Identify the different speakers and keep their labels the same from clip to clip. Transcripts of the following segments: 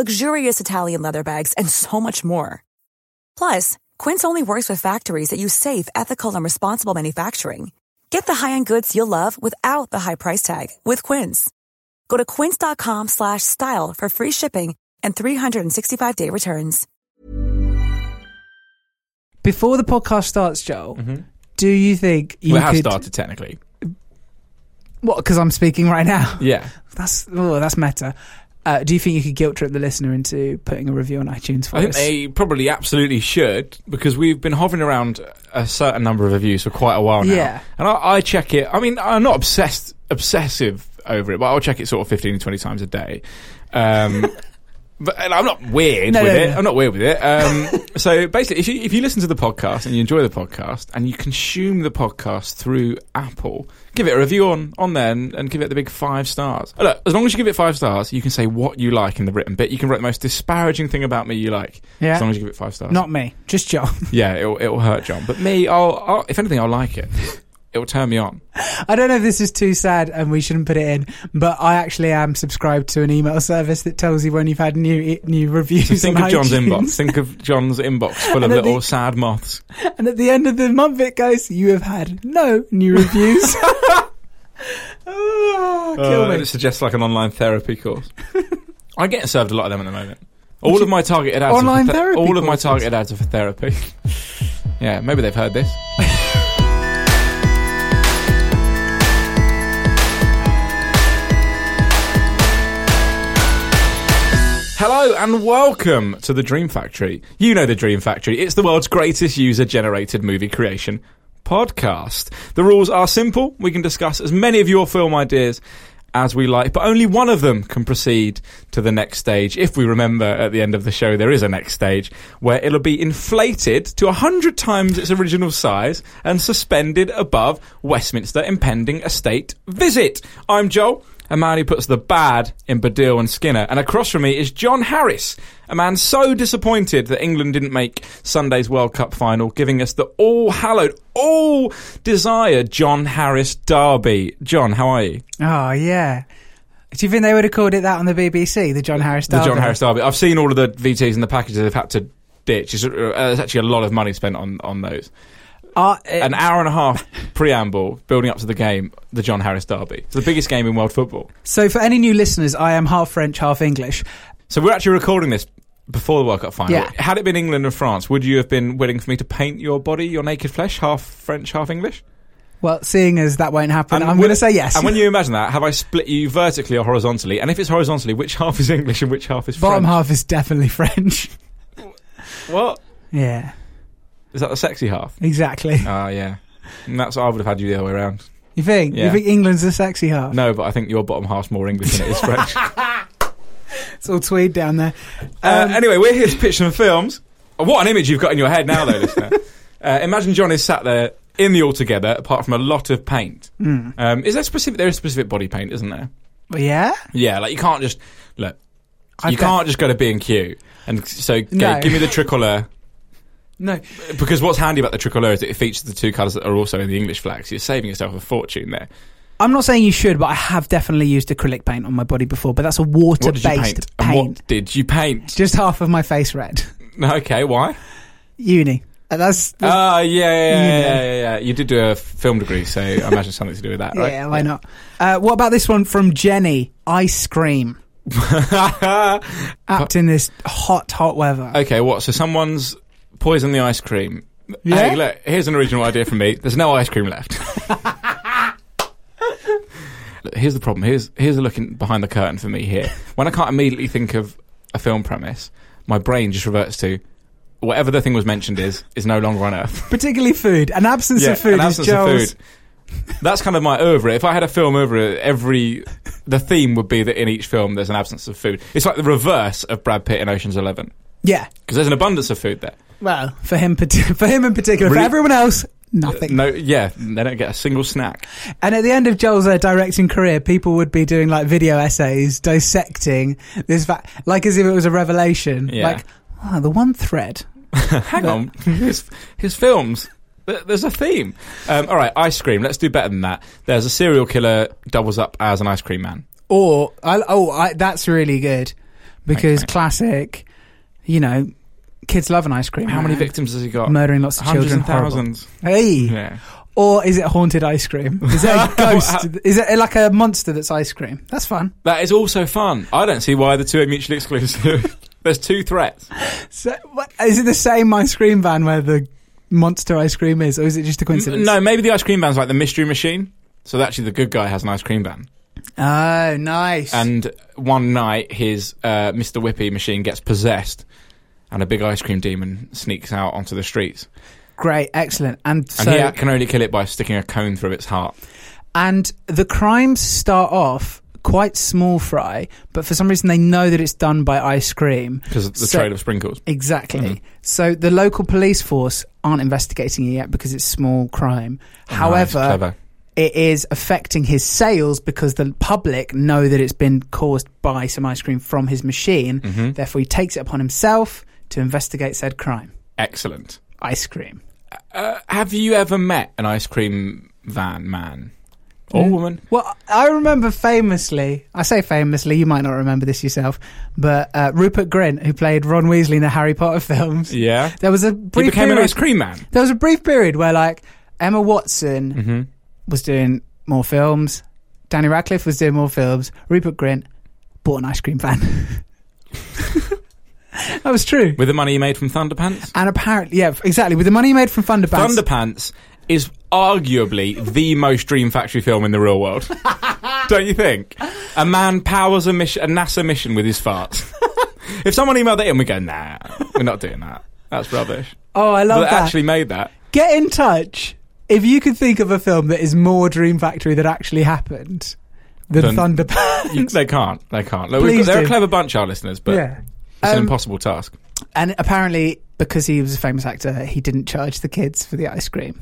Speaker 1: luxurious Italian leather bags, and so much more. Plus, Quince only works with factories that use safe, ethical, and responsible manufacturing. Get the high-end goods you'll love without the high price tag with Quince. Go to quince.com slash style for free shipping and 365-day returns.
Speaker 2: Before the podcast starts, Joel, do you think you
Speaker 3: well, it has
Speaker 2: could?
Speaker 3: Mm-hmm. started technically.
Speaker 2: What? Because I'm speaking right now.
Speaker 3: Yeah.
Speaker 2: That's oh, that's meta. Uh, do you think you could guilt trip the listener into putting a review on iTunes for
Speaker 3: I think
Speaker 2: us?
Speaker 3: they probably absolutely should because we've been hovering around a certain number of reviews for quite a while now.
Speaker 2: Yeah.
Speaker 3: And I, I check it. I mean, I'm not obsessed, obsessive over it, but I'll check it sort of 15 to 20 times a day. Um, but and I'm not weird
Speaker 2: No,
Speaker 3: with
Speaker 2: no,
Speaker 3: it.
Speaker 2: no.
Speaker 3: I'm not weird with it. Um, so basically, if you, if you listen to the podcast and you enjoy the podcast and you consume the podcast through Apple, give it a review on, on there and, and give it the big five stars. Uh, Look, as long as you give it five stars, you can say what you like in the written bit. You can write the most disparaging thing about me you like.
Speaker 2: Yeah.
Speaker 3: As long as you give it five stars.
Speaker 2: Not me, just Joel.
Speaker 3: Yeah, it'll, it'll hurt John. But me, I'll, I'll, if anything, I'll like it. It'll turn me on.
Speaker 2: I don't know if this is too sad and we shouldn't put it in, but I actually am subscribed to an email service that tells you when you've had new e, new reviews.
Speaker 3: Think
Speaker 2: on
Speaker 3: of John's
Speaker 2: iTunes.
Speaker 3: inbox. Think of John's inbox full of
Speaker 2: And I
Speaker 3: little
Speaker 2: think-
Speaker 3: sad moths.
Speaker 2: And at the end of the month, it goes, "You have had no new reviews." oh, kill
Speaker 3: Uh,
Speaker 2: me.
Speaker 3: and It suggests like an online therapy course. I get served a lot of them at the moment. All of my targeted ads. are for
Speaker 2: Online
Speaker 3: the-
Speaker 2: therapy
Speaker 3: All of my
Speaker 2: courses?
Speaker 3: targeted ads are for therapy. yeah, maybe they've heard this. Hello and welcome to the Dream Factory. You know the Dream Factory. It's the world's greatest user generated movie creation podcast. The rules are simple. We can discuss as many of your film ideas as we like, but only one of them can proceed to the next stage. If we remember at the end of the show, there is a next stage where it'll be inflated to 100 times its original size and suspended above Westminster impending estate visit. I'm Joel. A man who puts the bad in Badil and Skinner. And across from me is John Harris, a man so disappointed that England didn't make Sunday's World Cup final, giving us the all hallowed, all desired John Harris derby. John, how are you?
Speaker 2: Oh yeah. Do you think they would have called it that on the BBC, the John Harris?
Speaker 3: The
Speaker 2: Derby?
Speaker 3: John Harris derby. I've seen all of the VTs and the packages they've had to ditch. It's, uh, there's actually a lot of money spent on, on those.
Speaker 2: Uh, it-
Speaker 3: An hour and a half preamble building up to the game, the John Harris derby. It's the biggest game in world football.
Speaker 2: so, for any new listeners, I am half French, half English.
Speaker 3: So we're actually recording this before the World Cup final.
Speaker 2: Yeah.
Speaker 3: Had it been England and France, would you have been willing for me to paint your body, your naked flesh, half French, half English?
Speaker 2: Well, seeing as that won't happen, I'm
Speaker 3: when-
Speaker 2: going to say yes.
Speaker 3: And when you imagine that, have I split you vertically or horizontally? And if it's horizontally, which half is English and which half is
Speaker 2: Bottom
Speaker 3: French?
Speaker 2: half is definitely French.
Speaker 3: What?
Speaker 2: yeah,
Speaker 3: Is that the sexy half?
Speaker 2: exactly.
Speaker 3: Ah, yeah. And that's I would have had you the other way around.
Speaker 2: You think? You
Speaker 3: Yeah.
Speaker 2: think England's the sexy half?
Speaker 3: No, but I think your bottom half's more English than it is French.
Speaker 2: It's all tweed down there.
Speaker 3: Uh,
Speaker 2: Um,
Speaker 3: anyway, we're here to pitch some films. Oh, What an image you've got in your head now, though, listener. Uh, imagine John is sat there in the altogether, apart from a lot of paint.
Speaker 2: Hmm.
Speaker 3: Um, is there specific? There is specific body paint, isn't there?
Speaker 2: yeah.
Speaker 3: Yeah, like you can't just look.
Speaker 2: I
Speaker 3: you
Speaker 2: bet-
Speaker 3: can't just go to B and Q and so go,
Speaker 2: No.
Speaker 3: give me the tricolor
Speaker 2: No.
Speaker 3: because what's handy about the tricolor is that it features the two colours that are also in the English flag. So you're saving yourself a fortune there.
Speaker 2: I'm not saying you should, but I have definitely used acrylic paint on my body before, but that's a water
Speaker 3: What did
Speaker 2: based
Speaker 3: you
Speaker 2: paint.
Speaker 3: paint? And what did you paint?
Speaker 2: Just half of my face red.
Speaker 3: Okay, why?
Speaker 2: Uni. And That's.
Speaker 3: Ah, yeah, yeah,
Speaker 2: You
Speaker 3: yeah,
Speaker 2: know.
Speaker 3: yeah, yeah. You did do a film degree, so I imagine something to do with that, right?
Speaker 2: yeah, why not? Uh, what about this one from Jenny? Ice cream. Apt in this hot, hot weather.
Speaker 3: okay, what? So someone's poisoned the ice cream
Speaker 2: Yeah?
Speaker 3: Hey, look, here's an original idea from me. There's no ice cream left. Look, here's the problem. Here's here's a look in, behind the curtain for me here. When I can't immediately think of a film premise, my brain just reverts to whatever the thing was mentioned is is no longer on Earth.
Speaker 2: Particularly food. An absence of food
Speaker 3: an
Speaker 2: is
Speaker 3: absence of
Speaker 2: Joel's.
Speaker 3: food. That's kind of my over. If I had a film over every, the theme would be that in each film there's an absence of food. It's like the reverse of Brad Pitt in Ocean's Eleven
Speaker 2: Yeah.
Speaker 3: because there's an abundance of food there.
Speaker 2: Well, for him, parti- for him in particular,
Speaker 3: Really- Uh,
Speaker 2: for everyone else, nothing.
Speaker 3: No, yeah, they don't get a single snack.
Speaker 2: And at the end of Joel's uh, directing career, people would be doing like video essays dissecting this fact, like as if it was a revelation.
Speaker 3: Yeah.
Speaker 2: Like, oh, the one thread.
Speaker 3: Hang on, Um, his his films. th- There's a theme. Um, all right, ice cream. Let's do better than that. There's a serial killer doubles up as an ice cream man.
Speaker 2: Or I, oh, I, that's really good because
Speaker 3: mate.
Speaker 2: classic. You know, kids love an ice cream.
Speaker 3: How many
Speaker 2: man.
Speaker 3: victims has he got?
Speaker 2: Murdering lots of
Speaker 3: Hundreds
Speaker 2: children.
Speaker 3: and
Speaker 2: horrible.
Speaker 3: thousands.
Speaker 2: Hey.
Speaker 3: Yeah.
Speaker 2: Or is it haunted ice cream? Is it a ghost? is it like a monster that's ice cream? That's fun.
Speaker 3: That is also fun. I don't see why the two are mutually exclusive. There's two threats.
Speaker 2: So, what, is it the same ice cream van where the monster ice cream is, or is it just a coincidence?
Speaker 3: No, maybe the ice cream van's like the mystery machine. So actually, the good guy has an ice cream van,
Speaker 2: Oh, nice.
Speaker 3: and one night his uh, Mr. Whippy machine gets possessed, and a big ice cream demon sneaks out onto the streets,
Speaker 2: Great, excellent. And
Speaker 3: and
Speaker 2: so,
Speaker 3: he can only kill it by sticking a cone through its heart.
Speaker 2: and the crimes start off quite small fry, but for some reason they know that it's done by ice cream.
Speaker 3: Because of the Mm-hmm.
Speaker 2: So-
Speaker 3: trail of sprinkles.
Speaker 2: Exactly. So the local police force aren't investigating it yet because it's small crime. However,
Speaker 3: Nice, Oh, clever.
Speaker 2: it is affecting his sales because the public know that it's been caused by some ice cream from his machine.
Speaker 3: Mm-hmm.
Speaker 2: Therefore, he takes it upon himself to investigate said crime.
Speaker 3: excellent.
Speaker 2: Ice cream.
Speaker 3: Uh, have you ever met an ice cream van man or
Speaker 2: Mm.
Speaker 3: woman?
Speaker 2: Well, I remember famously, I say famously, you might not remember this yourself, but uh, Rupert Grint, who played Ron Weasley in the Harry Potter films,
Speaker 3: Yeah,
Speaker 2: there was a
Speaker 3: he
Speaker 2: brief
Speaker 3: became an
Speaker 2: period,
Speaker 3: ice cream man.
Speaker 2: there was a brief period where like Emma Watson
Speaker 3: Mm-hmm.
Speaker 2: was doing more films, Danny Radcliffe was doing more films, Rupert Grint bought an ice cream van. that was true.
Speaker 3: With the money he made from Thunderpants?
Speaker 2: and apparently, yeah, exactly. With the money he made from Thunderbats,
Speaker 3: Thunderpants is arguably the most Dream Factory film in the real world. Don't you think? A man powers a, mission, a NASA mission with his farts. if someone emailed that in, we go, nah, we're not doing that. That's rubbish.
Speaker 2: oh, I love
Speaker 3: But
Speaker 2: that.
Speaker 3: actually made that.
Speaker 2: Get in touch if you could think of a film that is more Dream Factory that actually happened than
Speaker 3: Dun-
Speaker 2: Thunderbats.
Speaker 3: You- they can't. They can't. Look, we've got-
Speaker 2: Please
Speaker 3: they're
Speaker 2: do.
Speaker 3: a clever bunch, our listeners, but
Speaker 2: Yeah.
Speaker 3: it's an
Speaker 2: Um,
Speaker 3: impossible task.
Speaker 2: And apparently, because he was a famous actor, he didn't charge the kids for the ice cream.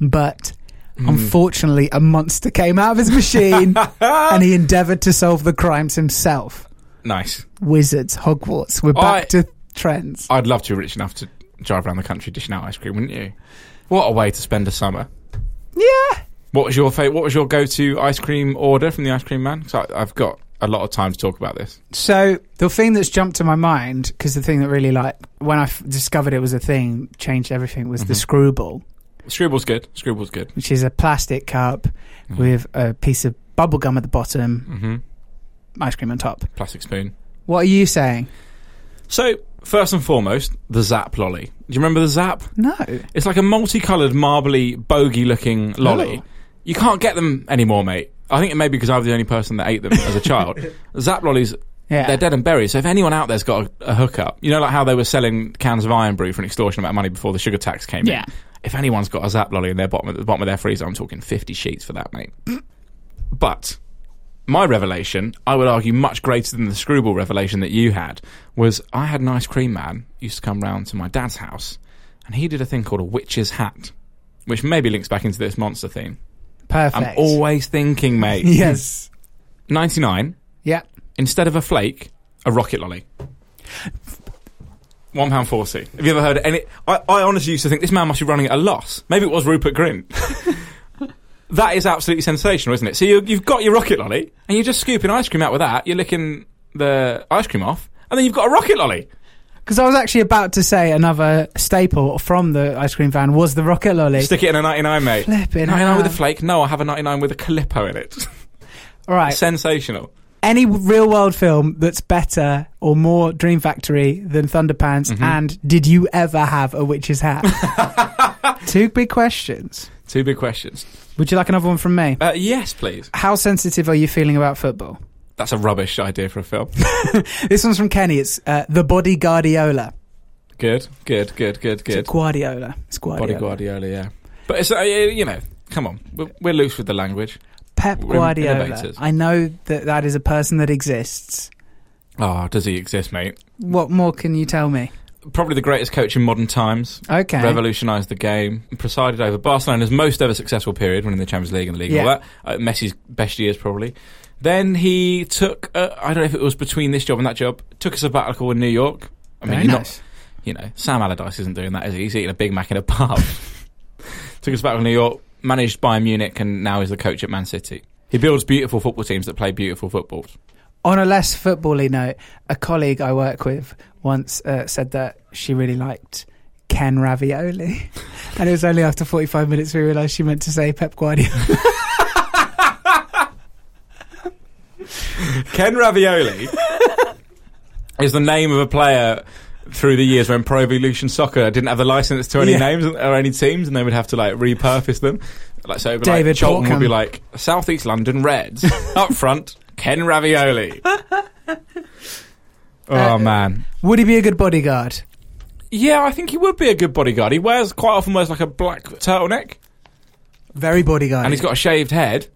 Speaker 2: But
Speaker 3: Hmm.
Speaker 2: unfortunately, a monster came out of his machine and he endeavoured to solve the crimes himself.
Speaker 3: Nice.
Speaker 2: Wizards, Hogwarts. We're
Speaker 3: I-
Speaker 2: back to trends.
Speaker 3: I'd love to be rich enough to drive around the country dishing out ice cream, wouldn't you? What a way to spend a summer.
Speaker 2: Yeah.
Speaker 3: What was your fa- What was your go-to ice cream order from the ice cream man? Because I've got a lot of time to talk about this.
Speaker 2: So the thing that's jumped to my mind, because the thing that really like when I f- discovered it was a thing, changed everything was the
Speaker 3: Mm-hmm.
Speaker 2: screwball,
Speaker 3: Scribble's good. Scribble's good.
Speaker 2: which is a plastic cup with a piece of bubble gum at the bottom,
Speaker 3: Mm-hmm.
Speaker 2: ice cream on top.
Speaker 3: Plastic spoon.
Speaker 2: What are you saying?
Speaker 3: So first and foremost, the Zap lolly. Do you remember the Zap?
Speaker 2: No.
Speaker 3: It's like a multicoloured, marbly, bogey-looking lolly.
Speaker 2: Oh.
Speaker 3: You can't get them anymore, mate. I think it may be because I was the only person that ate them as a child. Zap lollies.
Speaker 2: Yeah.
Speaker 3: They're dead and buried. So if anyone out there's got a, a hookup, you know, like how they were selling cans of iron brew for an extortionate amount of money before the sugar tax came
Speaker 2: Yeah.
Speaker 3: in. If anyone's got a zap lolly in their bottom at the bottom of their freezer, I'm talking 50 sheets for that, mate. but my revelation, I would argue, much greater than the screwball revelation that you had, was I had an ice cream man used to come round to my dad's house, and he did a thing called a witch's hat, which maybe links back into this monster theme.
Speaker 2: Perfect.
Speaker 3: I'm always thinking, mate.
Speaker 2: yes.
Speaker 3: 99
Speaker 2: Yeah.
Speaker 3: instead of a flake, a rocket lolly. One pound forty. Have you ever heard any? I, I honestly used to think this man must be running at a loss. Maybe it was Rupert Grint. that is absolutely sensational, isn't it? So you, you've got your rocket lolly, and you're just scooping ice cream out with that. You're licking the ice cream off, and then you've got a rocket lolly.
Speaker 2: Because I was actually about to say another staple from the ice cream van was the rocket lolly.
Speaker 3: Stick it in a ninety-nine, mate.
Speaker 2: Flipping
Speaker 3: ninety-nine with a
Speaker 2: hell.
Speaker 3: flake. No, I have a ninety-nine with a calippo in it.
Speaker 2: All right.
Speaker 3: sensational.
Speaker 2: Any real world film that's better or
Speaker 3: Mm-hmm.
Speaker 2: more Dream Factory than Thunderpants and Did You Ever Have a Witch's Hat? Two big questions.
Speaker 3: Two big questions.
Speaker 2: Would you like another one from me?
Speaker 3: Uh, yes, please.
Speaker 2: How sensitive are you feeling about football?
Speaker 3: That's a rubbish idea for a film.
Speaker 2: This one's from Kenny. It's uh, the Body Guardiola.
Speaker 3: good, good, good, good,
Speaker 2: It's a
Speaker 3: good.
Speaker 2: Guardiola. It's Guardiola.
Speaker 3: Body Guardiola, yeah. But it's, uh, you know, come on. We're, we're loose with the language.
Speaker 2: Pep
Speaker 3: We're
Speaker 2: Guardiola.
Speaker 3: innovators.
Speaker 2: I know that that is a person that exists.
Speaker 3: Oh, does he exist, mate?
Speaker 2: What more can you tell me?
Speaker 3: Probably the greatest coach in modern times.
Speaker 2: Okay.
Speaker 3: Revolutionised the game, presided over Barcelona's most ever successful period, winning the Champions League and the league and all
Speaker 2: Yeah.
Speaker 3: that. Uh, Messi's best years, probably. Then he took, uh, I don't know if it was between this job and that job, took a sabbatical in New York. I mean,
Speaker 2: Very
Speaker 3: you're not-
Speaker 2: nice.
Speaker 3: you know, Sam Allardyce isn't doing that, is he? He's eating a Big Mac in a pub. Took us back to New York, managed Bayern Munich, and now is the coach at Man City. He builds beautiful football teams that play beautiful footballs.
Speaker 2: On a less footbally note, a colleague I work with once uh, said that she really liked Ken Ravioli, and it was only after forty-five minutes we realised she meant to say Pep Guardiola.
Speaker 3: Ken Ravioli is the name of a player through the years when Pro Evolution Soccer didn't have the license to any
Speaker 2: Yeah.
Speaker 3: names or any teams, and they would have to like repurpose them. Like so, it'd be like,
Speaker 2: David
Speaker 3: Cholton would be
Speaker 2: Borkham.
Speaker 3: like Southeast London Reds up front. Ken Ravioli. oh
Speaker 2: Uh,
Speaker 3: man.
Speaker 2: Would he be a good bodyguard?
Speaker 3: Yeah, I think he would be a good bodyguard. He wears quite often wears like a black turtleneck,
Speaker 2: Very bodyguard.
Speaker 3: and he's got a shaved head.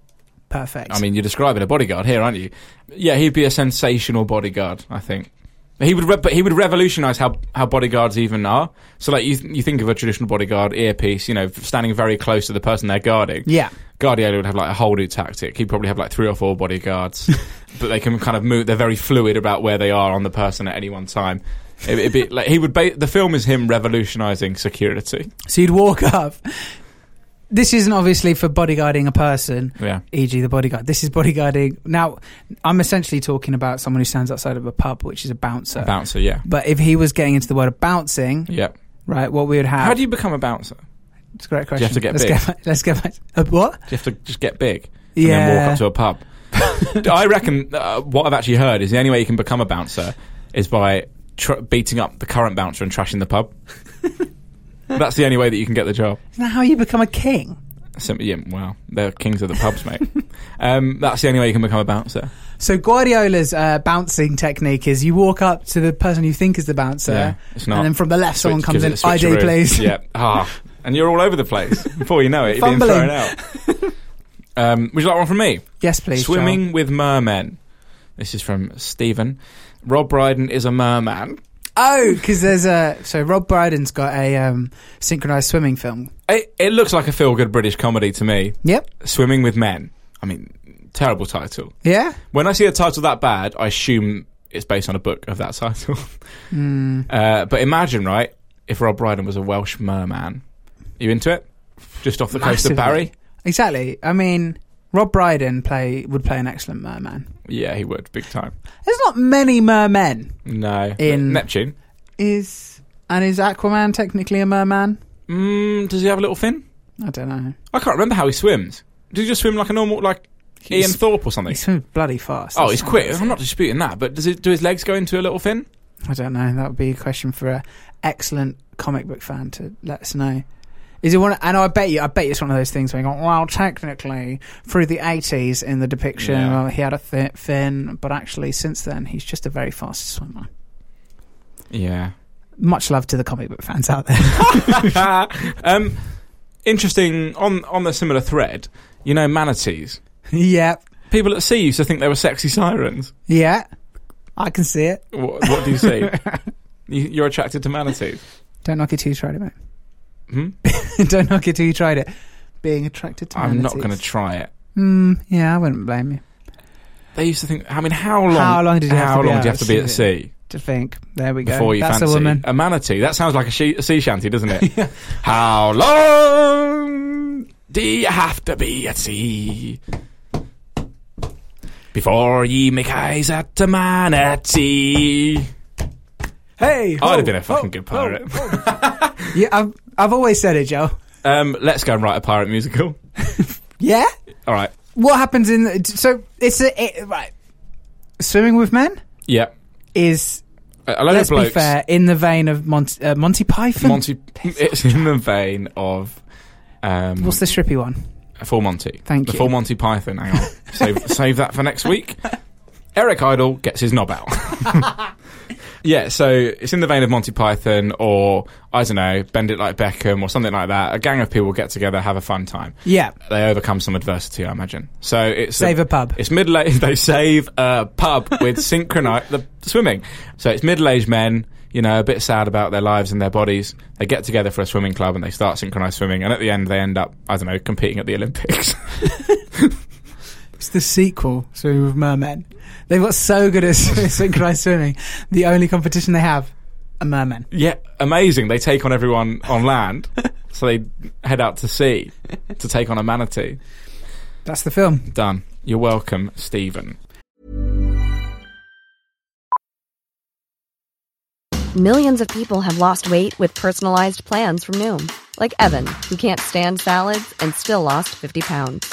Speaker 2: perfect.
Speaker 3: I mean, you're describing a bodyguard here, aren't you? Yeah, he'd be a sensational bodyguard. I think he would, re- but he would revolutionise how how bodyguards even are. So, like, you th- you think of a traditional bodyguard earpiece, you know, standing very close to the person they're guarding.
Speaker 2: yeah.
Speaker 3: Guardiola would have like a holding tactic. He'd probably have like three or four bodyguards, but they can kind of move. They're very fluid about where they are on the person at any one time. It, it'd be like he would. Ba- the film is him revolutionising security.
Speaker 2: So you'd walk up. This isn't obviously for bodyguarding a person,
Speaker 3: Yeah.
Speaker 2: e.g., the bodyguard. This is bodyguarding. Now, I'm essentially talking about someone who stands outside of a pub, which is a bouncer.
Speaker 3: bouncer, yeah.
Speaker 2: but if he was getting into the world of bouncing,
Speaker 3: Yeah.
Speaker 2: right, what we would have.
Speaker 3: How do you become a bouncer? Do
Speaker 2: It's a great
Speaker 3: you
Speaker 2: question.
Speaker 3: have to get
Speaker 2: let's
Speaker 3: big?
Speaker 2: get back. Let's get back. Uh, what?
Speaker 3: you have to just get big and
Speaker 2: Yeah.
Speaker 3: then walk up to a pub? I reckon uh, what I've actually heard is the only way you can become a bouncer is by tr- beating up the current bouncer and trashing the pub. That's the only way that you can get the job.
Speaker 2: Isn't that how you become a king?
Speaker 3: Simply, yeah, wow, they're kings of the pubs, mate. um, that's the only way you can become a bouncer.
Speaker 2: So Guardiola's uh, bouncing technique is you walk up to the person you think is the bouncer,
Speaker 3: Yeah, it's not.
Speaker 2: and then from the left someone
Speaker 3: Switch-
Speaker 2: comes in.
Speaker 3: gives it a
Speaker 2: ID,
Speaker 3: switcheroo."
Speaker 2: please.
Speaker 3: Yeah. Ah, and you're all over the place. Before you know it, you're being
Speaker 2: Fumbling.
Speaker 3: thrown out. Um, would you like one from me?
Speaker 2: Yes, please.
Speaker 3: Swimming
Speaker 2: Charles.
Speaker 3: with mermen. This is from Stephen. Rob Brydon is a merman.
Speaker 2: Oh, because there's a so Rob Brydon's got a um, synchronized swimming film.
Speaker 3: It, it looks like a feel-good British comedy to me.
Speaker 2: Yep.
Speaker 3: Swimming with men. I mean, terrible title.
Speaker 2: Yeah.
Speaker 3: When I see a title that bad, I assume it's based on a book of that title.
Speaker 2: Hmm.
Speaker 3: Uh, but imagine, right, if Rob Brydon was a Welsh merman. Are you into it? Just off the coast
Speaker 2: Massively.
Speaker 3: of Barry?
Speaker 2: Exactly. I mean, Rob Brydon play would play an excellent merman.
Speaker 3: Yeah, he would, big time.
Speaker 2: There's not many mermen.
Speaker 3: No.
Speaker 2: In-
Speaker 3: Neptune.
Speaker 2: Is and is Aquaman technically a merman?
Speaker 3: Mm, does he have a little fin?
Speaker 2: I don't know.
Speaker 3: I can't remember how he swims. Does he just swim like a normal, like Ian
Speaker 2: He's-
Speaker 3: Thorpe or something?
Speaker 2: He swims bloody fast.
Speaker 3: Oh,
Speaker 2: That's
Speaker 3: he's
Speaker 2: not
Speaker 3: quick.
Speaker 2: easy.
Speaker 3: I'm not disputing that, but does it do his legs go into a little fin?
Speaker 2: I don't know. That would be a question for a excellent comic book fan to let us know. Is it one? And I bet you, I bet you it's one of those things where you go, well, technically, through the eighties in the depiction,
Speaker 3: Yeah.
Speaker 2: well, he had a th- fin, but actually, since then, he's just a very fast swimmer.
Speaker 3: Yeah.
Speaker 2: Much love to the comic book fans out there.
Speaker 3: um, interesting. On on the similar thread, you know, manatees.
Speaker 2: yeah,
Speaker 3: People at sea used to think they were sexy sirens.
Speaker 2: yeah, I can see it.
Speaker 3: What, what do you see? you, you're attracted to manatees.
Speaker 2: Don't knock it till you tried it, mate.
Speaker 3: Hmm?
Speaker 2: don't knock it till you tried it. Being attracted to
Speaker 3: I'm not going to
Speaker 2: manatees.
Speaker 3: try it.
Speaker 2: Mm, yeah, I wouldn't blame you.
Speaker 3: They used to think. I mean, how long?
Speaker 2: How long did you have
Speaker 3: how
Speaker 2: to be
Speaker 3: long
Speaker 2: out
Speaker 3: do you have
Speaker 2: at
Speaker 3: to be at
Speaker 2: sea?
Speaker 3: sea
Speaker 2: To think, there we go.
Speaker 3: before you
Speaker 2: That's
Speaker 3: fancy
Speaker 2: a woman.
Speaker 3: a manatee? That sounds like a, she- a sea shanty, doesn't it? How long do you have to be at sea before ye make eyes at a manatee?
Speaker 2: Hey,
Speaker 3: I'd
Speaker 2: ho,
Speaker 3: have been a fucking
Speaker 2: ho,
Speaker 3: good pirate.
Speaker 2: ho, ho. yeah, I've I've always said it, Joe.
Speaker 3: Um, let's go and write a pirate musical.
Speaker 2: Yeah.
Speaker 3: All right.
Speaker 2: What happens in the, so it's a it, right swimming with men
Speaker 3: Yeah.
Speaker 2: is
Speaker 3: a load
Speaker 2: Let's
Speaker 3: of blokes.
Speaker 2: be fair, in the vein of Monty, uh, Monty Python.
Speaker 3: Monty. It's in the vein of. Um,
Speaker 2: What's the strippy one?
Speaker 3: Full Monty.
Speaker 2: Thank
Speaker 3: the
Speaker 2: you.
Speaker 3: Full Monty Python. Hang on. save, save that for next week. Eric Idle gets his knob out. yeah, so it's in the vein of Monty Python or, I don't know, Bend It Like Beckham or something like that. A gang of people get together, have a fun time.
Speaker 2: Yeah.
Speaker 3: They overcome some adversity, I imagine. So it's
Speaker 2: Save a pub.
Speaker 3: It's middle aged. They save a pub with synchronize the swimming. So it's middle aged men, you know, a bit sad about their lives and their bodies. They get together for a swimming club and they start synchronized swimming. And at the end, they end up, I don't know, competing at the Olympics.
Speaker 2: It's the sequel to with Mermen. They've got so good at synchronized swimming. The only competition they have are mermen.
Speaker 3: yeah, amazing. They take on everyone on land. so they head out to sea to take on a manatee.
Speaker 2: That's the film.
Speaker 3: Done. You're welcome, Stephen.
Speaker 4: Millions of people have lost weight with personalized plans from Noom, like Evan, who can't stand salads and still lost 50 pounds.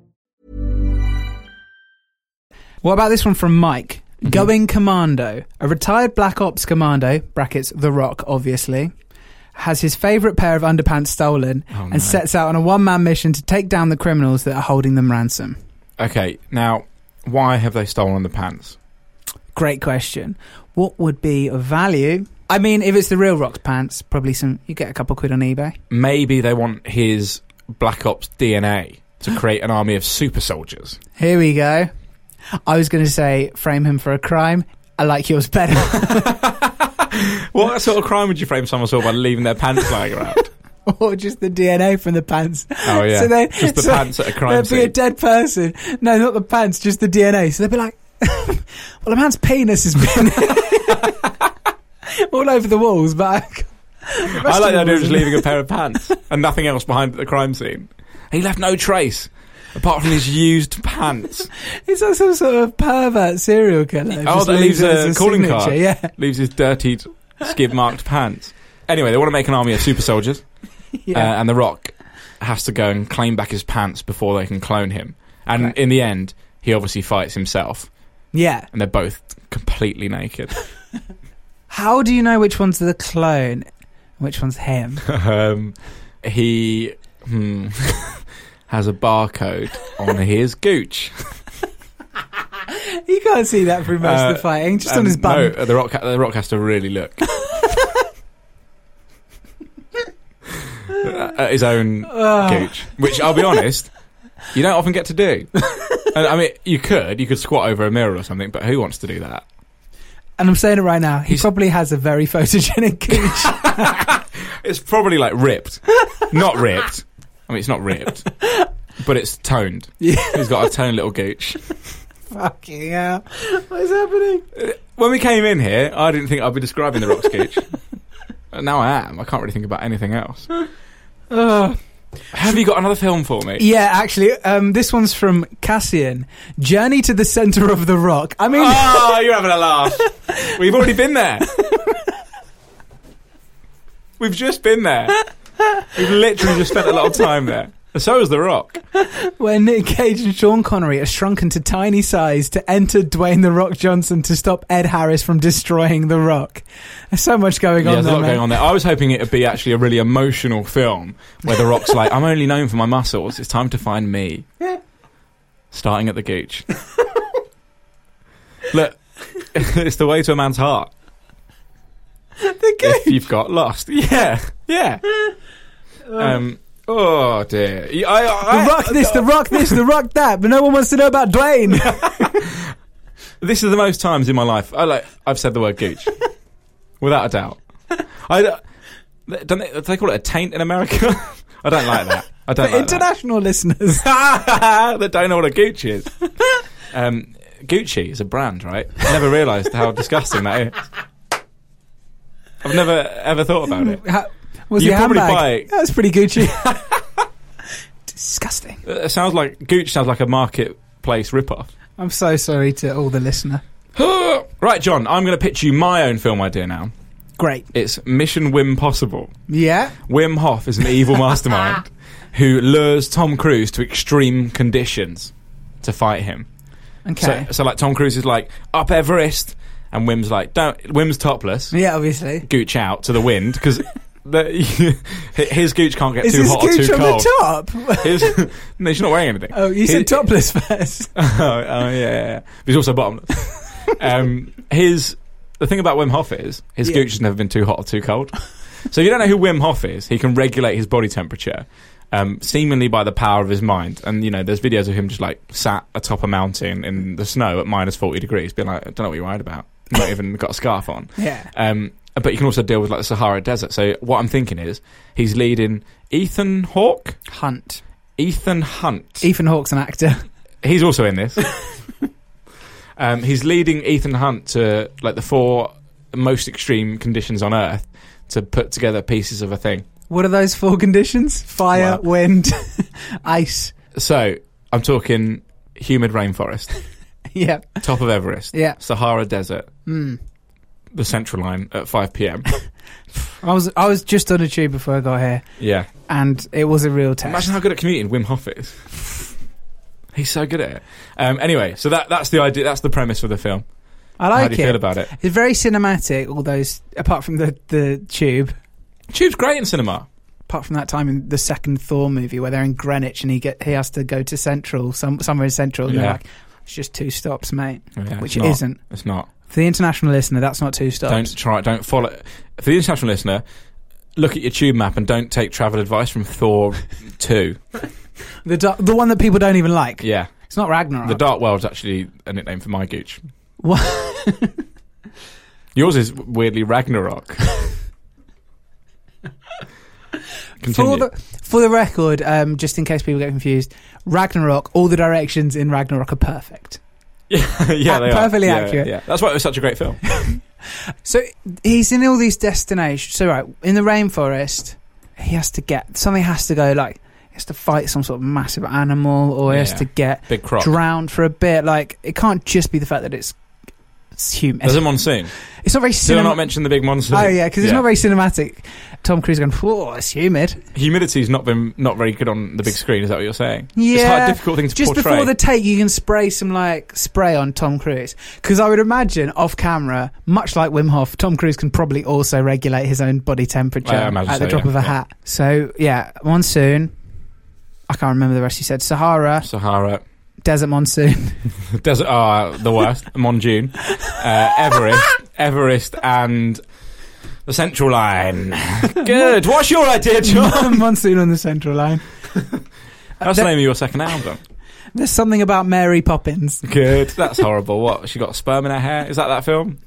Speaker 2: What about this one from Mike? Going Commando. A retired Black Ops commando, brackets The Rock, obviously, has his favourite pair of underpants stolen and sets out on a one man mission to take down the criminals that are holding them ransom.
Speaker 3: Okay, now, why have they stolen the pants?
Speaker 2: Great question. What would be of value? I mean, if it's the real Rock's pants, probably some. You get a couple quid on eBay.
Speaker 3: maybe they want his Black Ops DNA to create an army of super soldiers.
Speaker 2: Here we go. I was going to say frame him for a crime. I like yours better.
Speaker 3: What sort of crime would you frame someone for by leaving their pants lying around?
Speaker 2: or just the DNA from the pants.
Speaker 3: Oh, yeah.
Speaker 2: So then,
Speaker 3: Just the
Speaker 2: so
Speaker 3: pants at a crime
Speaker 2: There'd be a
Speaker 3: scene.
Speaker 2: dead person. No, not the pants, just the DNA. So they'd be like, "Well, a man's penis has been all over the walls, but
Speaker 3: I like the idea of just leaving a pair of pants and nothing else behind at the crime scene. He left no trace apart from his used pants.
Speaker 2: it's like some sort of pervert serial killer. who
Speaker 3: oh,
Speaker 2: just
Speaker 3: that leaves
Speaker 2: it
Speaker 3: a,
Speaker 2: as
Speaker 3: calling
Speaker 2: signature,
Speaker 3: card. Uh,
Speaker 2: Yeah,
Speaker 3: Leaves his dirty, skid marked pants. Anyway, they want to make an army of super soldiers,
Speaker 2: yeah.
Speaker 3: uh, and The Rock has to go and claim back his pants before they can clone him. And in the end, he obviously fights himself,
Speaker 2: yeah.
Speaker 3: and they're both completely naked.
Speaker 2: How do you know which one's the clone, and which one's him?
Speaker 3: um, he hmm, has a barcode on his gooch.
Speaker 2: you can't see that through most of
Speaker 3: Uh,
Speaker 2: the fighting, just on
Speaker 3: And
Speaker 2: his bum.
Speaker 3: No, the rock. The rock has to really look. Uh, At his own
Speaker 2: Ah.
Speaker 3: gooch, which I'll be honest, you don't often get to do. And, I mean, you could, you could squat over a mirror or something, but who wants to do that?
Speaker 2: And I'm saying it right now. He
Speaker 3: He's-
Speaker 2: probably has a very photogenic gooch.
Speaker 3: It's probably like ripped, not ripped. I mean, it's not ripped, but it's toned.
Speaker 2: Yeah.
Speaker 3: He's got a toned little gooch.
Speaker 2: Fucking hell. What is happening?
Speaker 3: When we came in here, I didn't think I'd be describing the rock sketch. And now I am. I can't really think about anything else. Have you got another film for me?
Speaker 2: Yeah, actually, um, this one's from Cassian. Journey to the Center of the Rock. I mean,
Speaker 3: Oh, you're having a laugh. We've already been there. We've just been there. We've literally just spent a lot of time there. So is The Rock.
Speaker 2: where Nick Cage and Sean Connery are shrunken to tiny size to enter Dwayne the Rock Johnson to stop Ed Harris from destroying the Rock. There's so much going
Speaker 3: Yeah,
Speaker 2: on
Speaker 3: there's a
Speaker 2: there.
Speaker 3: lot going on there. I was hoping it would be actually a really emotional film where The Rock's like, I'm only known for my muscles. It's time to find me. Starting at the gooch. Look, it's the way to a man's heart.
Speaker 2: The
Speaker 3: If you've got lost. Yeah, yeah. Um, oh, dear. Yeah, I, I,
Speaker 2: The Rock this, the Rock this, the Rock that, but no one wants to know about Dwayne.
Speaker 3: This is the most times in my life I like I've said the word gooch, without a doubt. I uh, don't. They, do they call it a taint in America? I don't like that. I don't.
Speaker 2: For
Speaker 3: Like that.
Speaker 2: international listeners.
Speaker 3: that don't know what a gooch is. Um, Gucci is a brand, right? I never realised how disgusting that is. I've never ever thought about it.
Speaker 2: Ha- was
Speaker 3: You
Speaker 2: your
Speaker 3: probably
Speaker 2: handbag?
Speaker 3: buy it.
Speaker 2: That was pretty Gucci. Disgusting.
Speaker 3: Uh, It sounds like Gooch sounds like a marketplace ripoff.
Speaker 2: I'm so sorry to all the listener.
Speaker 3: right, John, I'm going to pitch you my own film idea now.
Speaker 2: Great.
Speaker 3: It's Mission Wim Possible.
Speaker 2: Yeah.
Speaker 3: Wim Hof is an evil mastermind who lures Tom Cruise to extreme conditions to fight him.
Speaker 2: Okay.
Speaker 3: So, so like Tom Cruise is like up Everest, and Wim's like don't. Wim's topless,
Speaker 2: yeah, obviously.
Speaker 3: gooch out to the wind because his gooch can't get
Speaker 2: Is
Speaker 3: too
Speaker 2: this
Speaker 3: hot or
Speaker 2: Gucci
Speaker 3: too
Speaker 2: on
Speaker 3: cold.
Speaker 2: the top?
Speaker 3: His, no, she's not wearing anything.
Speaker 2: Oh, you
Speaker 3: His-
Speaker 2: said topless first.
Speaker 3: oh, oh, yeah, yeah, yeah. But he's also bottomless. um, his the thing about Wim Hof is his
Speaker 2: Yeah.
Speaker 3: gooch has never been too hot or too cold. So if you don't know who Wim Hof is, he can regulate his body temperature, um, seemingly by the power of his mind. And you know, there's videos of him just like sat atop a mountain in the snow at minus forty degrees, being like, I don't know what you're worried about. Not even got a scarf on.
Speaker 2: Yeah.
Speaker 3: Um, but you can also deal with like the Sahara Desert. So what I'm thinking is he's leading Ethan Hawke,
Speaker 2: Hunt.
Speaker 3: Ethan Hunt.
Speaker 2: Ethan Hawke's an actor.
Speaker 3: He's also in this. um, he's leading Ethan Hunt to like the four most extreme conditions on Earth to put together pieces of a thing.
Speaker 2: What are those four conditions? Fire,
Speaker 3: Wow.
Speaker 2: wind, ice.
Speaker 3: So I'm talking humid rainforest,
Speaker 2: Yeah.
Speaker 3: top of Everest,
Speaker 2: Yeah.
Speaker 3: Sahara Desert,
Speaker 2: Hmm.
Speaker 3: the Central Line at 5 p.m.
Speaker 2: I was I was just on a tube before I got here,
Speaker 3: yeah.
Speaker 2: and it was a real test.
Speaker 3: Imagine how good at commuting Wim Hof is. He's so good at it. Um, anyway, so that that's the idea. That's the premise for the film.
Speaker 2: I like
Speaker 3: how do you
Speaker 2: it.
Speaker 3: feel about it?
Speaker 2: It's very cinematic. All those, apart from the the tube,
Speaker 3: Tube's great in cinema.
Speaker 2: apart from that time in the second Thor movie where they're in Greenwich and he get he has to go to Central, some, somewhere in Central, and
Speaker 3: Yeah.
Speaker 2: they're like, it's just two stops, mate.
Speaker 3: Yeah,
Speaker 2: Which
Speaker 3: it's
Speaker 2: it
Speaker 3: not.
Speaker 2: isn't.
Speaker 3: It's not.
Speaker 2: For the international listener, that's not two stops.
Speaker 3: Don't try. Don't follow. For the international listener, look at your tube map and don't take travel advice from Thor Two.
Speaker 2: The da- the one that people don't even like.
Speaker 3: Yeah,
Speaker 2: It's not Ragnarok.
Speaker 3: the Dark World's actually a nickname for my gooch.
Speaker 2: What?
Speaker 3: Yours is weirdly Ragnarok. Continue.
Speaker 2: For the, for the record, um, just in case people get confused, Ragnarok, all the directions in Ragnarok are perfect.
Speaker 3: yeah, yeah, they are.
Speaker 2: perfectly
Speaker 3: Yeah,
Speaker 2: accurate.
Speaker 3: Yeah, that's why it was such a great film.
Speaker 2: So he's in all these destinations. So right in the rainforest, he has to get something. Has to go like he has to fight some sort of massive animal, or he has
Speaker 3: Yeah.
Speaker 2: to get
Speaker 3: Big croc.
Speaker 2: drowned for a bit. Like it can't just be the fact that it's it's human.
Speaker 3: There's a monsoon.
Speaker 2: It's not very
Speaker 3: Did I not
Speaker 2: cinematic.
Speaker 3: mention the big monsoon?
Speaker 2: Oh yeah, because it's not very cinematic. Tom Cruise going, "Whoa, it's humid."
Speaker 3: Humidity's not been not very good on the big screen. Is that what you're saying?
Speaker 2: Yeah,
Speaker 3: it's quite a difficult thing to
Speaker 2: just
Speaker 3: portray.
Speaker 2: before the take, you can spray some like spray on Tom Cruise because I would imagine off camera, much like Wim Hof, Tom Cruise can probably also regulate his own body temperature
Speaker 3: I
Speaker 2: at
Speaker 3: imagine
Speaker 2: the
Speaker 3: so,
Speaker 2: drop
Speaker 3: yeah,
Speaker 2: of a
Speaker 3: yeah.
Speaker 2: hat. So yeah, monsoon. I can't remember the rest. You said Sahara,
Speaker 3: Sahara.
Speaker 2: desert monsoon.
Speaker 3: Desert are the worst. Monjune, uh, Everest, Everest, and the Central Line. Good. What's your idea, John?
Speaker 2: monsoon on the central line.
Speaker 3: That's the name of your second album.
Speaker 2: There's something about Mary Poppins.
Speaker 3: Good. That's horrible. What? She got sperm in her hair. Is that that film?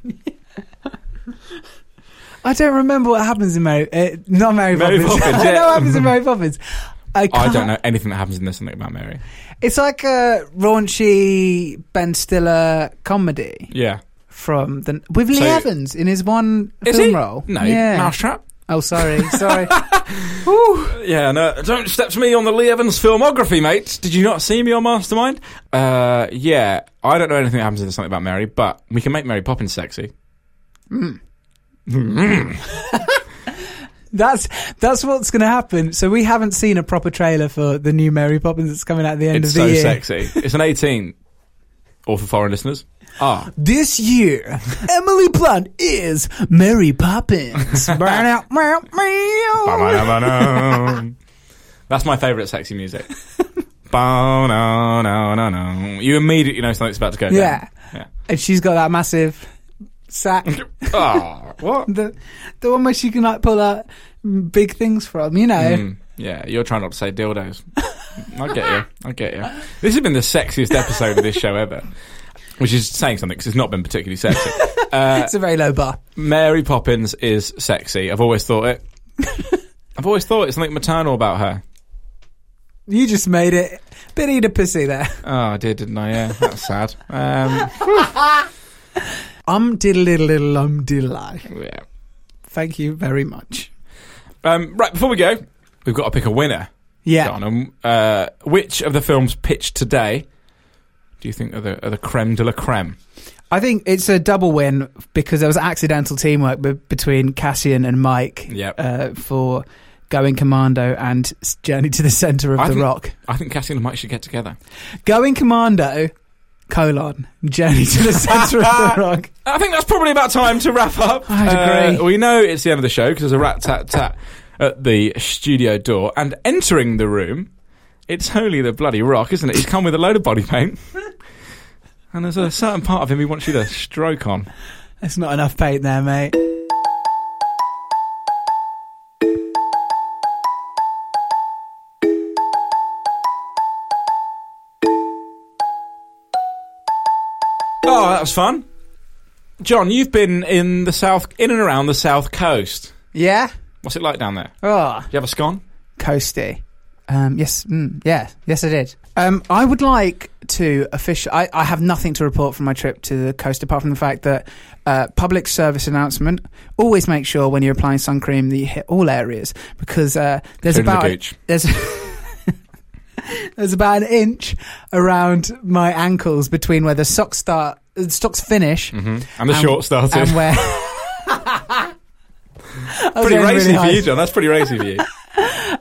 Speaker 2: I don't remember what happens in Mary. Uh, not Mary,
Speaker 3: Mary
Speaker 2: Poppins.
Speaker 3: Poppins,
Speaker 2: I
Speaker 3: yeah.
Speaker 2: know what happens in Mary Poppins. I,
Speaker 3: I
Speaker 2: can't-
Speaker 3: don't know anything that happens in this something about Mary.
Speaker 2: It's like a raunchy Ben Stiller comedy.
Speaker 3: Yeah.
Speaker 2: from the with Lee
Speaker 3: So-
Speaker 2: Evans in his one
Speaker 3: Is
Speaker 2: film
Speaker 3: he?
Speaker 2: role.
Speaker 3: No.
Speaker 2: yeah.
Speaker 3: Mousetrap.
Speaker 2: Oh, sorry, sorry.
Speaker 3: Yeah, no, don't step to me on the Lee Evans filmography, mate. Did you not see me on Mastermind? Uh, yeah, I don't know anything that happens in something about Mary, but we can make Mary Poppins sexy.
Speaker 2: That's that's what's going to happen. So we haven't seen a proper trailer for the new Mary Poppins that's coming out at the end
Speaker 3: It's
Speaker 2: of the
Speaker 3: so
Speaker 2: year.
Speaker 3: sexy. It's an 18. Or for foreign listeners. Ah.
Speaker 2: This year, Emily Blunt is Mary Poppins. Burn out, meow, meow.
Speaker 3: Ba-ba-da-ba-dum. That's my favourite sexy music. Ba-na-na-na-na. You immediately know something's about to go down.
Speaker 2: Yeah.
Speaker 3: Yeah.
Speaker 2: and she's got that massive sack,
Speaker 3: Ah, what?
Speaker 2: the the one where she can like pull out big things from. You know,
Speaker 3: Mm, yeah, you're trying not to say dildos. I get you. I get you. This has been the sexiest episode of this show ever, which is saying something because it's not been particularly sexy.
Speaker 2: it's a very low bar.
Speaker 3: Mary Poppins is sexy. I've always thought it. I've always thought it's something maternal about her.
Speaker 2: You just made it bit Oedipusy there.
Speaker 3: Oh, I did, didn't I? Yeah, that's sad. Um,
Speaker 2: Um diddle diddle diddle um diddle I.
Speaker 3: yeah.
Speaker 2: Thank you very much.
Speaker 3: Um, right, before we go, we've got to pick a winner.
Speaker 2: Yeah.
Speaker 3: John. Um, uh, which of the films pitched today do you think are the, are the creme de la creme?
Speaker 2: I think it's a double win because there was accidental teamwork be- between Cassian and Mike
Speaker 3: Yep.
Speaker 2: uh, for Going Commando and S- Journey to the Center of
Speaker 3: I
Speaker 2: the
Speaker 3: think-
Speaker 2: Rock.
Speaker 3: I think Cassie and Mike should get together.
Speaker 2: Going Commando, colon, Journey to the Center of the Rock.
Speaker 3: I think that's probably about time to wrap up.
Speaker 2: I'd agree.
Speaker 3: Uh, we know it's the end of the show because there's a rat tat tat at the studio door, and entering the room, it's only the bloody rock, isn't it? He's come with a load of body paint, and there's a certain part of him he wants you to stroke on.
Speaker 2: There's not enough paint there, mate.
Speaker 3: Oh, that was fun, John. You've been in the south, in and around the south coast.
Speaker 2: Yeah?
Speaker 3: What's it like down there?
Speaker 2: Oh,
Speaker 3: Do you have a scone?
Speaker 2: coasty. Um, yes, mm, yeah, yes, I did. Um, I would like to official. I, I have nothing to report from my trip to the coast apart from the fact that uh, public service announcement. Always make sure when you're applying sun cream that you hit all areas because uh, there's
Speaker 3: Including the
Speaker 2: about
Speaker 3: gooch.
Speaker 2: there's there's about an inch around my ankles between where the socks start, the socks finish,
Speaker 3: And Mm-hmm. the
Speaker 2: and-
Speaker 3: short started.
Speaker 2: and where. I was
Speaker 3: pretty
Speaker 2: going really
Speaker 3: racy for
Speaker 2: hard
Speaker 3: you, John. That's pretty racy for you.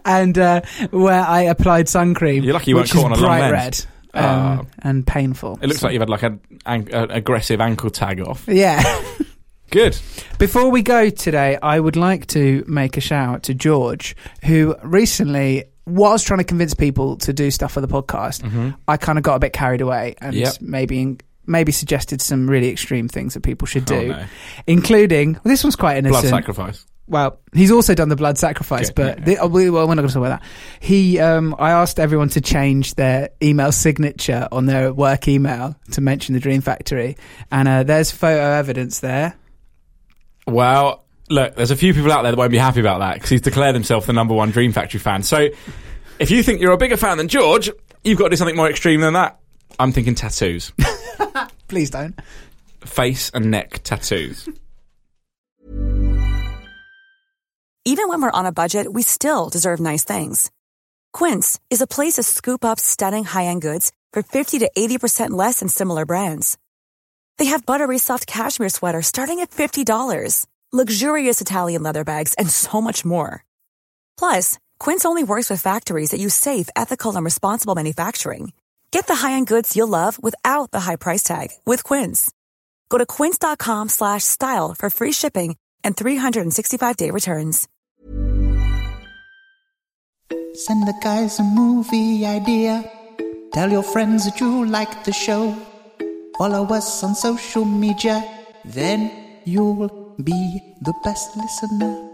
Speaker 2: and uh, where I applied sun cream.
Speaker 3: You're lucky you weren't
Speaker 2: which
Speaker 3: caught
Speaker 2: is
Speaker 3: on a long
Speaker 2: bright
Speaker 3: lens. Ah.
Speaker 2: red um, and painful.
Speaker 3: It looks like you've had like an, an an aggressive ankle tag off.
Speaker 2: yeah.
Speaker 3: Good.
Speaker 2: Before we go today, I would like to make a shout out to George, who recently was trying to convince people to do stuff for the podcast. I kind of got a bit carried away and
Speaker 3: Mm-hmm. Yep.
Speaker 2: maybe maybe suggested some really extreme things that people should do,
Speaker 3: Oh, no.
Speaker 2: including well, this one's quite
Speaker 3: Blood
Speaker 2: innocent.
Speaker 3: sacrifice.
Speaker 2: well, he's also done the blood sacrifice,
Speaker 3: Okay,
Speaker 2: but
Speaker 3: yeah,
Speaker 2: the- oh, we, well, we're not going to talk about that. He, um, I asked everyone to change their email signature on their work email to mention the Dream Factory, and uh, there's photo evidence there.
Speaker 3: Well, look, there's a few people out there that won't be happy about that because he's declared himself the number one Dream Factory fan. So if you think you're a bigger fan than George, you've got to do something more extreme than that. I'm thinking tattoos,
Speaker 2: Please don't.
Speaker 3: face and neck tattoos.
Speaker 1: Even when we're on a budget, we still deserve nice things. Quince is a place to scoop up stunning high-end goods for 50 to 80% less than similar brands. They have buttery soft cashmere sweaters starting at $50, luxurious Italian leather bags, and so much more. Plus, Quince only works with factories that use safe, ethical, and responsible manufacturing. Get the high-end goods you'll love without the high price tag with Quince. Go to quince.com slash style for free shipping and 365-day returns.
Speaker 5: Send the guys a movie idea. Tell your friends that you like the show. Follow us on social media. Then you'll be the best listener.